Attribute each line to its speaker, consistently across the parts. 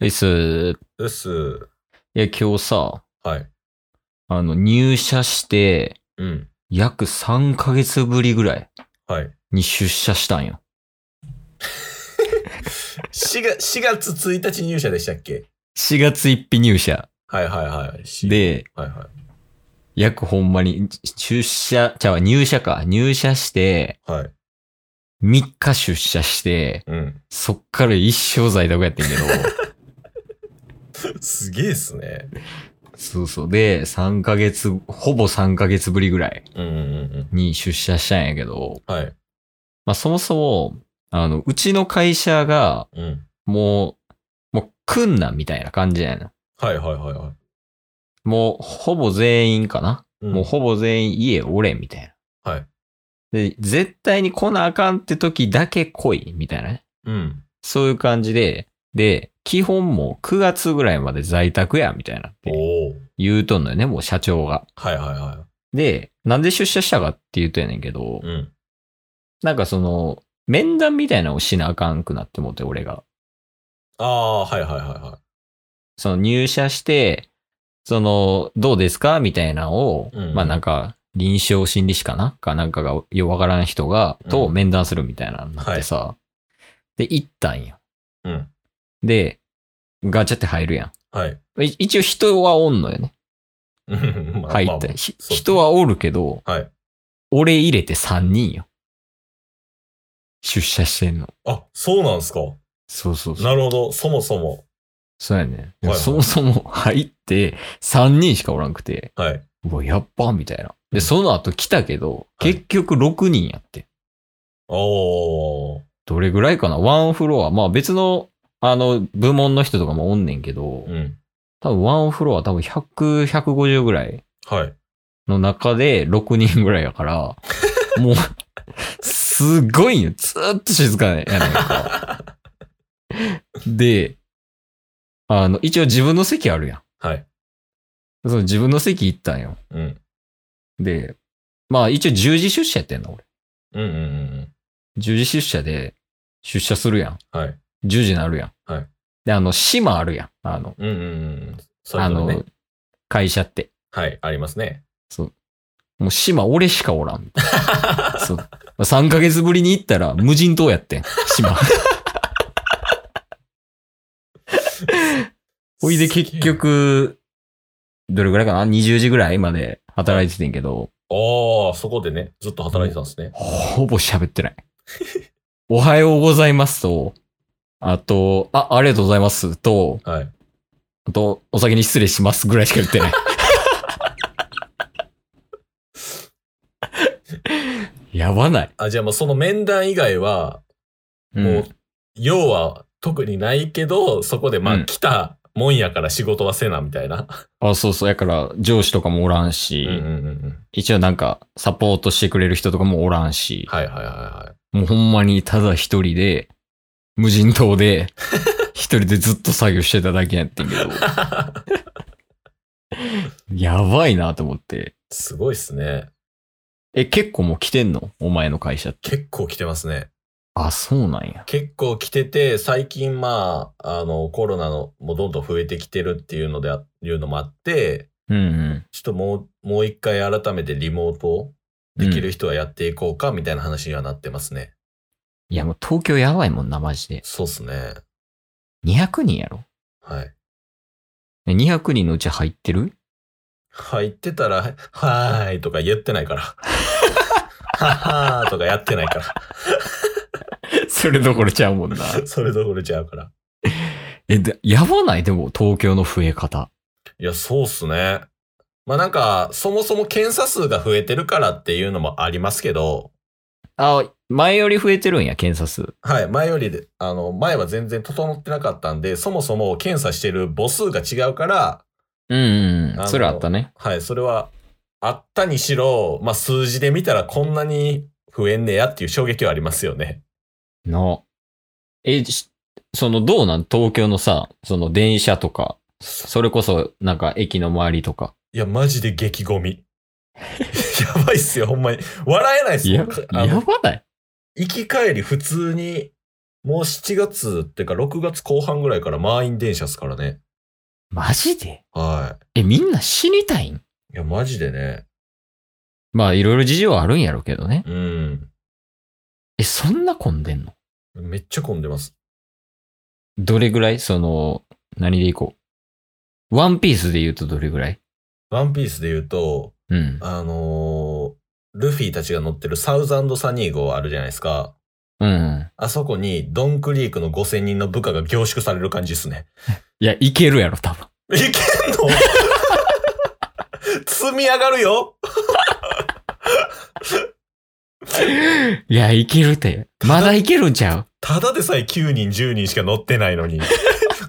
Speaker 1: うっす。
Speaker 2: うっす。
Speaker 1: いや、今日さ、
Speaker 2: はい。
Speaker 1: あの、入社して、
Speaker 2: うん。
Speaker 1: 約3ヶ月ぶりぐらい
Speaker 2: はい。
Speaker 1: に出社したんよ。
Speaker 2: 4月、4月1日入社でしたっけ
Speaker 1: 4月1日入社
Speaker 2: はいはいはい。し、
Speaker 1: で、
Speaker 2: はいは
Speaker 1: 約ほんまに、出社、ちゃうわ入社か。入社して、
Speaker 2: い。はい。
Speaker 1: 3日出社して、
Speaker 2: うん。
Speaker 1: そっから一生在宅やってんけど、
Speaker 2: すげえっすね。
Speaker 1: そうそう。で、3ヶ月、ほぼ3ヶ月ぶりぐらい
Speaker 2: うんうんうん
Speaker 1: に出社したんやけど、
Speaker 2: うん。はい。
Speaker 1: まあそもそも、あの、うちの会社が、
Speaker 2: うん。
Speaker 1: もう、もう、来んなみたいな感じやな。
Speaker 2: はいはいはいは
Speaker 1: もう、ほぼ全員かな、
Speaker 2: い。ん
Speaker 1: もうほぼ全員家おれ、みたいな。
Speaker 2: はい。
Speaker 1: で、絶対に来なあかんって時だけ来い、みたいなね。
Speaker 2: うん。
Speaker 1: そういう感じで、で、基本もう9月ぐらいまで在宅や、みたいなって
Speaker 2: おお。
Speaker 1: 言うとんのよね、もう社長が。
Speaker 2: はいはいは
Speaker 1: で、なんで出社したかって言うとやねんけど、
Speaker 2: い。うん。
Speaker 1: なんかその、面談みたいなのをしなあかんくなってもうて、俺が。
Speaker 2: ああ、はいはいはいは
Speaker 1: その入社して、その、どうですかみたいなのを、
Speaker 2: うん
Speaker 1: まあなんか、臨床心理士かなかなんかが、ようわからん人が、
Speaker 2: うん
Speaker 1: と面談するみたいなのになってさ、で、行ったんよ。
Speaker 2: い。うん。
Speaker 1: で、ガチャって入るや
Speaker 2: はい。
Speaker 1: ん。い一応人はおんのよね。
Speaker 2: うん まあ
Speaker 1: 入
Speaker 2: まあ
Speaker 1: って。ひ
Speaker 2: そう
Speaker 1: 人はおるけど、
Speaker 2: はい。
Speaker 1: 俺入れて3人よ。出社してんの。
Speaker 2: あ、そうなんすか。
Speaker 1: そうそうそう。
Speaker 2: なるほど。そもそも。
Speaker 1: そうやね。
Speaker 2: はいはい
Speaker 1: そもそも入って3人しかおらんくて。
Speaker 2: はい。
Speaker 1: うわ、やっぱみたいな。で、その後来たけど、
Speaker 2: はい
Speaker 1: 結局6人やって。
Speaker 2: おー。
Speaker 1: どれぐらいかなワンフロア。まあ別の、あの、部門の人とかもおんねんけど、
Speaker 2: うん。
Speaker 1: 多分ワンフロア多分100、150ぐらい
Speaker 2: はい。
Speaker 1: の中で6人ぐらいや から、もう、すごいよ。ずーっと静かやねんか。で、あの、一応自分の席あるや
Speaker 2: はい。
Speaker 1: ん。その自分の席行ったんよ。
Speaker 2: うん。
Speaker 1: で、まあ一応10時出社やってんの、俺。
Speaker 2: うんうんうん
Speaker 1: 10時出社で出社するやん。
Speaker 2: うん。はい。
Speaker 1: 10時になるやん。
Speaker 2: はい
Speaker 1: で、あの、島あるやん。あの、
Speaker 2: うんうんうん。それ
Speaker 1: あ
Speaker 2: ぞれ
Speaker 1: の
Speaker 2: ね。、
Speaker 1: 会社って。
Speaker 2: はい、ありますね。
Speaker 1: もう島俺しかおら ん。そう。まあ3ヶ月ぶりに行ったら無人島やってん。 島。ほいで結。局、どれぐらいかな ?20 時ぐらいまで働いててんけど、
Speaker 2: ああ、そこでね、ずっと働いてたんですね。
Speaker 1: ほぼ喋って ない。おはようございますと、あと、あ、ありがとうございますと、
Speaker 2: はい。
Speaker 1: あと、お酒に失礼しますぐらいしか言 ってない。やばない。
Speaker 2: あ、じゃあもうその面談以外は、もう、要は特にないけど、そこでま
Speaker 1: う
Speaker 2: あ
Speaker 1: ん
Speaker 2: 来たもんやから仕事はせな、みたいな。
Speaker 1: あ、そうそう。やから、上司とかもおらん
Speaker 2: う
Speaker 1: し、
Speaker 2: んうんうん。
Speaker 1: 一応なんか、サポートしてくれる人とかもおらんし、
Speaker 2: はいはいはいは
Speaker 1: もうほんまにただ一人で、無人島 で、一人でずっと作業してただけやってんけど、
Speaker 2: い。
Speaker 1: やばいなと思って。
Speaker 2: すごいっすね。
Speaker 1: え、結構もう来てんのお前の会社って。
Speaker 2: 結構来てますね。
Speaker 1: あ、そうなんや。
Speaker 2: 結構来てて、最近まあ、あの、コロナのもどんどん増えてきてるっていうのであ、いうのもあって、
Speaker 1: うんうん。
Speaker 2: ちょっともう、もう一回改めてリモートをできる人はやっていこうか、みたいな話にはなってますね。
Speaker 1: いや、もう東京やばいもんな、マジで。
Speaker 2: そうっすね。
Speaker 1: 200人やろ
Speaker 2: はい。
Speaker 1: ね200人のうち入ってる
Speaker 2: 入ってたら、はーいとか言ってないから。ははーとかやってないか
Speaker 1: それどころちゃうもんな。
Speaker 2: ら。それどころちゃうから。
Speaker 1: え、でやばないでも、東京の増え方。
Speaker 2: いや、そうっすね。まあなんか、そもそも検査数が増えてるからっていうのもありますけど、
Speaker 1: あ、前より増えてるんや、検査数。
Speaker 2: はい、前よりで、あの、前は全然整ってなかったんで、そもそも検査してる母数が違うから、
Speaker 1: うんうん
Speaker 2: あ
Speaker 1: う
Speaker 2: の
Speaker 1: ん。それあったね。
Speaker 2: はい、それはあったにしろ、まあ数字で見たらこんなに増えんねやっていう衝撃はありますよね。
Speaker 1: の。え、しその、どうなん東京のさ、その電車とか、それこそ、なんか駅の周りとか。
Speaker 2: いや、マジで激ゴミ。 やばいっすよ、ほんまに。笑えないっすよ。
Speaker 1: や
Speaker 2: あの
Speaker 1: やばない
Speaker 2: 行き帰り普通に、もう7月っていうか6月後半ぐらいから満員電車っすからね。
Speaker 1: マジで
Speaker 2: は
Speaker 1: え、みんな死にたいん
Speaker 2: い。いや、マジでね。
Speaker 1: まあ、いろいろ事情はあるんやろうけどね。
Speaker 2: うん。
Speaker 1: え、そんな混んでんの
Speaker 2: めっちゃ混んでます。
Speaker 1: どれぐらいその、何でいこう。ワンピースで言うとどれぐらい
Speaker 2: ワンピースで言うと、
Speaker 1: うん。
Speaker 2: あのールフィたちが乗ってるサウザンドサニー号あるじゃないですか。
Speaker 1: うん。
Speaker 2: あそこにドンクリークの5000人の部下が凝縮される感じですね。
Speaker 1: いや、いけるやろ、多 分。
Speaker 2: いけんの 積み上がるよ
Speaker 1: いや、いけるって。まだいけるんちゃう
Speaker 2: ただでさえ9人10人しか乗ってな いのに。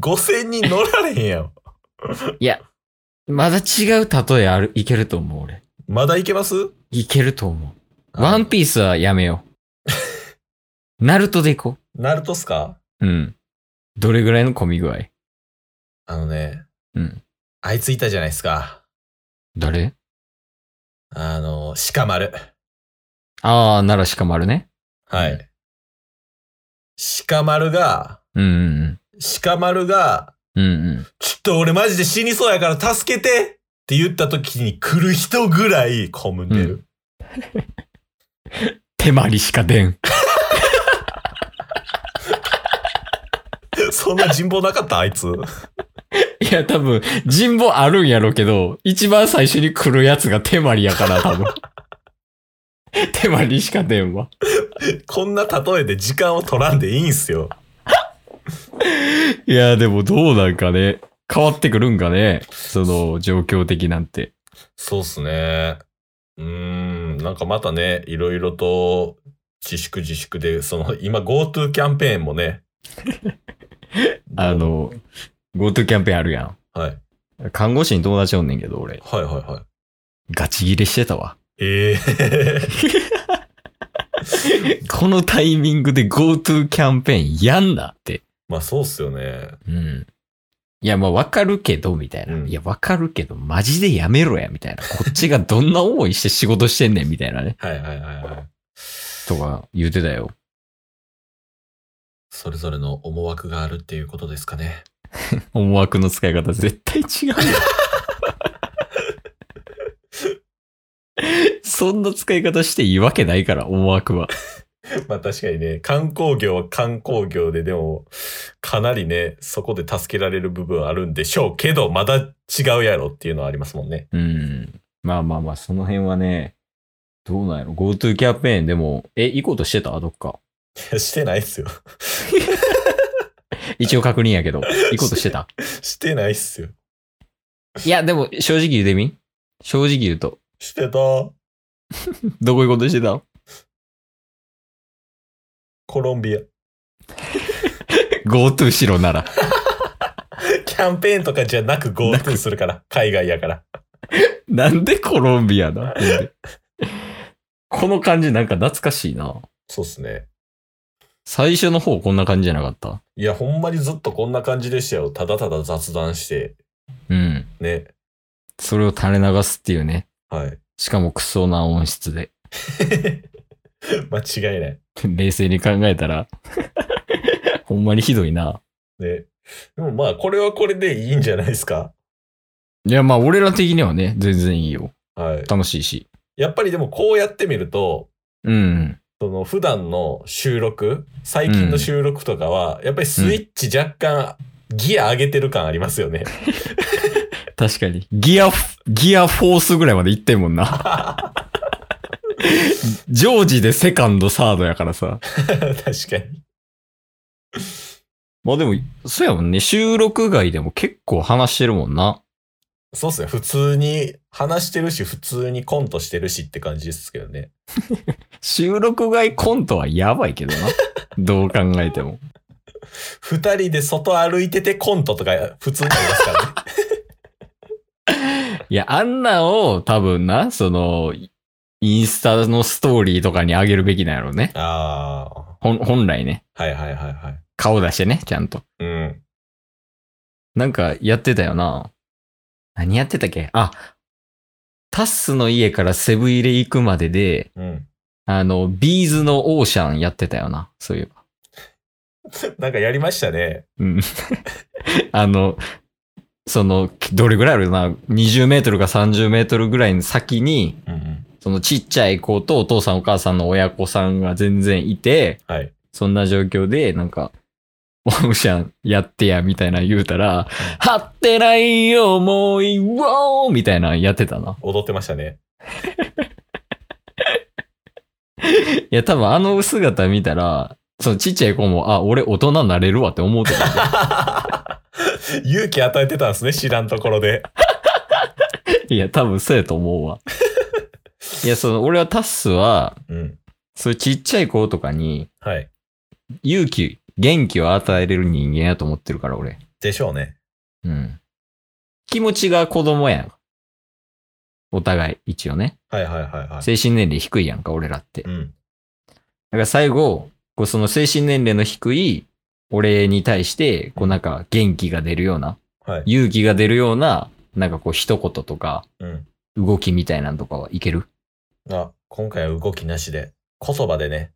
Speaker 2: 5000人乗られへんやん。
Speaker 1: まだ違う例えある、いけると思う、俺。
Speaker 2: まだいけます
Speaker 1: いけると思う。ワンピースはやめよう。 ナルトでいこ
Speaker 2: ナルトっすか
Speaker 1: う。うん。どれぐらいの混み具合
Speaker 2: あのね、
Speaker 1: うん。
Speaker 2: あいついたじゃないですか。
Speaker 1: 誰
Speaker 2: あの、鹿丸。
Speaker 1: ああ、ならしかまるね。
Speaker 2: はい。
Speaker 1: う
Speaker 2: 鹿丸が、
Speaker 1: うんうん
Speaker 2: 鹿丸が、
Speaker 1: うん。うんうん。
Speaker 2: ちょっと俺マジで死にそうやから助けてって言った時に来る人ぐらい混むんでる。
Speaker 1: 手まりしか出ん。
Speaker 2: そんな人望なかったあいつ。
Speaker 1: いや、多分、人望あるんやろうけど、一番最初に来るやつが手まりやから、 多分。手まりしか出んわ。
Speaker 2: こんな例えで時間を取らんでいいんすよ。
Speaker 1: いや、でもどうなんかね。変わってくるんかね。その、状況的なんて。。
Speaker 2: そうっすね。うーん、なんかまたね、いろいろと自粛自粛で、その今 GoTo キャンペーンもね
Speaker 1: あの、GoTo キャンペーンあるやん。
Speaker 2: はい、
Speaker 1: 看護師に友達おんねんけど、俺。
Speaker 2: はいはいはい。
Speaker 1: ガチギレしてたわ。
Speaker 2: ええ
Speaker 1: このタイミングで GoTo キャンペーンやんなって。
Speaker 2: まあそうっすよね。
Speaker 1: うん。いや、まあわかるけど、みたいな。
Speaker 2: うん
Speaker 1: いや、わかるけど、マジでやめろや、みたいな。こっちがどんな思いして仕事してんねん、みたいなね。
Speaker 2: はいはいはいはい。
Speaker 1: とか言ってたよ。
Speaker 2: それぞれの思惑があるっていうことですかね。
Speaker 1: 思惑の使い方絶対違うよ。そんな使い方していいわけないから、思惑は。
Speaker 2: まあ確かにね、観光業は観光業ででも、かなりね、そこで助けられる部分あるんでしょうけど、まだ違うやろっていうのはありますもんね。
Speaker 1: うん。まあまあまあ、その辺はね、どうなんやろ。GoTo キャンペーンでも、え、行こうとしてたどっか。
Speaker 2: いやしてないっすよ。
Speaker 1: 一応確認やけど、行こうとしてた。
Speaker 2: してないっすよ。
Speaker 1: いや、でも、正直言うてみ正直言うと、
Speaker 2: してた。
Speaker 1: どこ行こうとしてたの
Speaker 2: コロンビア。
Speaker 1: ?GoTo しろなら。
Speaker 2: キャンペーンとかじゃなく GoTo するから。海外やから。
Speaker 1: なんでコロンビアだこの感じなんか懐かしいな。
Speaker 2: そうっすね。
Speaker 1: 最初の方こんな感じじゃなかった
Speaker 2: いや、ほんまにずっとこんな感じでしたよ。ただただ雑談して。
Speaker 1: うん。
Speaker 2: ね。
Speaker 1: それを垂れ流すっていうね。
Speaker 2: はい。
Speaker 1: しかもクソな音質で。
Speaker 2: 間違いない。
Speaker 1: 冷静に考えたら、 ほんまにひどいな。
Speaker 2: ね。でもまあ、これはこれでいいんじゃないですか。
Speaker 1: いや、まあ俺ら的にはね、全然いいよ。
Speaker 2: はい。
Speaker 1: 楽しいし。
Speaker 2: やっぱりでもこうやってみると、
Speaker 1: うん。
Speaker 2: その普段の収録、最近の収録とかは、やっぱりスイッチ若干ギア上げてる感ありますよね。
Speaker 1: 確かに。ギア、ギアフォースぐらいまでいってんもんな。 ジョージでセカンド、サードやからさ。
Speaker 2: 確かに。
Speaker 1: まあでも、そうやもんね。収録外でも結構話してるもんな。
Speaker 2: そうっすね。普通に話してるし、普通にコントしてるしって感じですけどね。
Speaker 1: 収録外コントはやばいけど な。どう考えても。
Speaker 2: 二人で外歩いててコントとか普通にあります からね。
Speaker 1: いや、あんなんを多分な、その、インスタのストーリーとかに上げるべきなんやろうね。
Speaker 2: ああ。
Speaker 1: ほん本来ね。
Speaker 2: はいはいはいはい。
Speaker 1: 顔出してね、ちゃんと。
Speaker 2: うん。
Speaker 1: なんかやってたよな。何やってたっけあ、タッスの家からセブ入れ行くまでで、
Speaker 2: うん。
Speaker 1: あの、ビーズのオーシャンやってたよな。そういえば。
Speaker 2: なんかやりましたね。
Speaker 1: うん。 あの、その、どれぐらいあるな ?20 メートルか30メートルぐらいの先に、
Speaker 2: うんうん。
Speaker 1: そのちっちゃい子とお父さんお母さんの親子さんが全然いて、
Speaker 2: はい。
Speaker 1: そんな状況で、なんか、オムシャンやってや、みたいな言うたら、張ってない思いを、みたいなのやってたな。
Speaker 2: 踊ってましたね。
Speaker 1: いや、多分あの姿見たら、そのちっちゃい子も、あ、俺大人になれるわって思うてた。
Speaker 2: 勇気与えてたんですね、知らんところで。
Speaker 1: いや、多分そうやと思うわ。いや、その、俺はタッスは、
Speaker 2: うん。
Speaker 1: そういうちっちゃい子とかに、
Speaker 2: はい。
Speaker 1: 勇気、元気を与えれる人間やと思ってるから、俺。
Speaker 2: でしょうね。
Speaker 1: うん。気持ちが子供やん。お互い、一応ね。
Speaker 2: はいはいはいはい。
Speaker 1: 精神年齢低いやんか、俺らって。だ
Speaker 2: う
Speaker 1: か
Speaker 2: ん。
Speaker 1: ら最後、こうその精神年齢の低い俺に対して、こうなんか元気が出るような、
Speaker 2: はい。
Speaker 1: 勇気が出るような、なんかこう一言とか、
Speaker 2: うん。
Speaker 1: 動きみたいなんとかはいける
Speaker 2: あ、今回は動きなしで、言葉でね、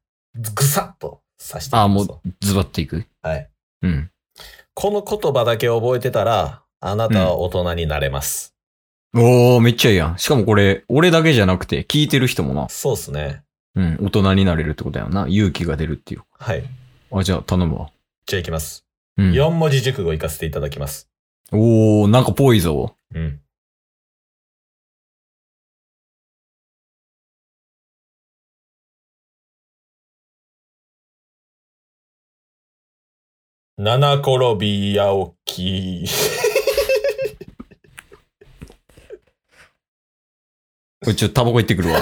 Speaker 2: ぐさっと刺していきます
Speaker 1: ああ、もうズバッといく
Speaker 2: はい。
Speaker 1: うん。
Speaker 2: この言葉だけ覚えてたら、あなたは大人になれます。
Speaker 1: おー、めっちゃいいやん。しかもこれ、俺だけじゃなくて、聞いてる人もな、
Speaker 2: そうっすね。
Speaker 1: うん、大人になれるってことやよな。勇気が出るっていう。
Speaker 2: はい。
Speaker 1: あ、じゃあ頼むわ。
Speaker 2: じゃあ行きます。
Speaker 1: うん。
Speaker 2: 4文字熟語行かせていただきます。
Speaker 1: おー、なんかぽいぞ。
Speaker 2: うん。七転び八起き。
Speaker 1: これちょっとタバコ行ってくるわ。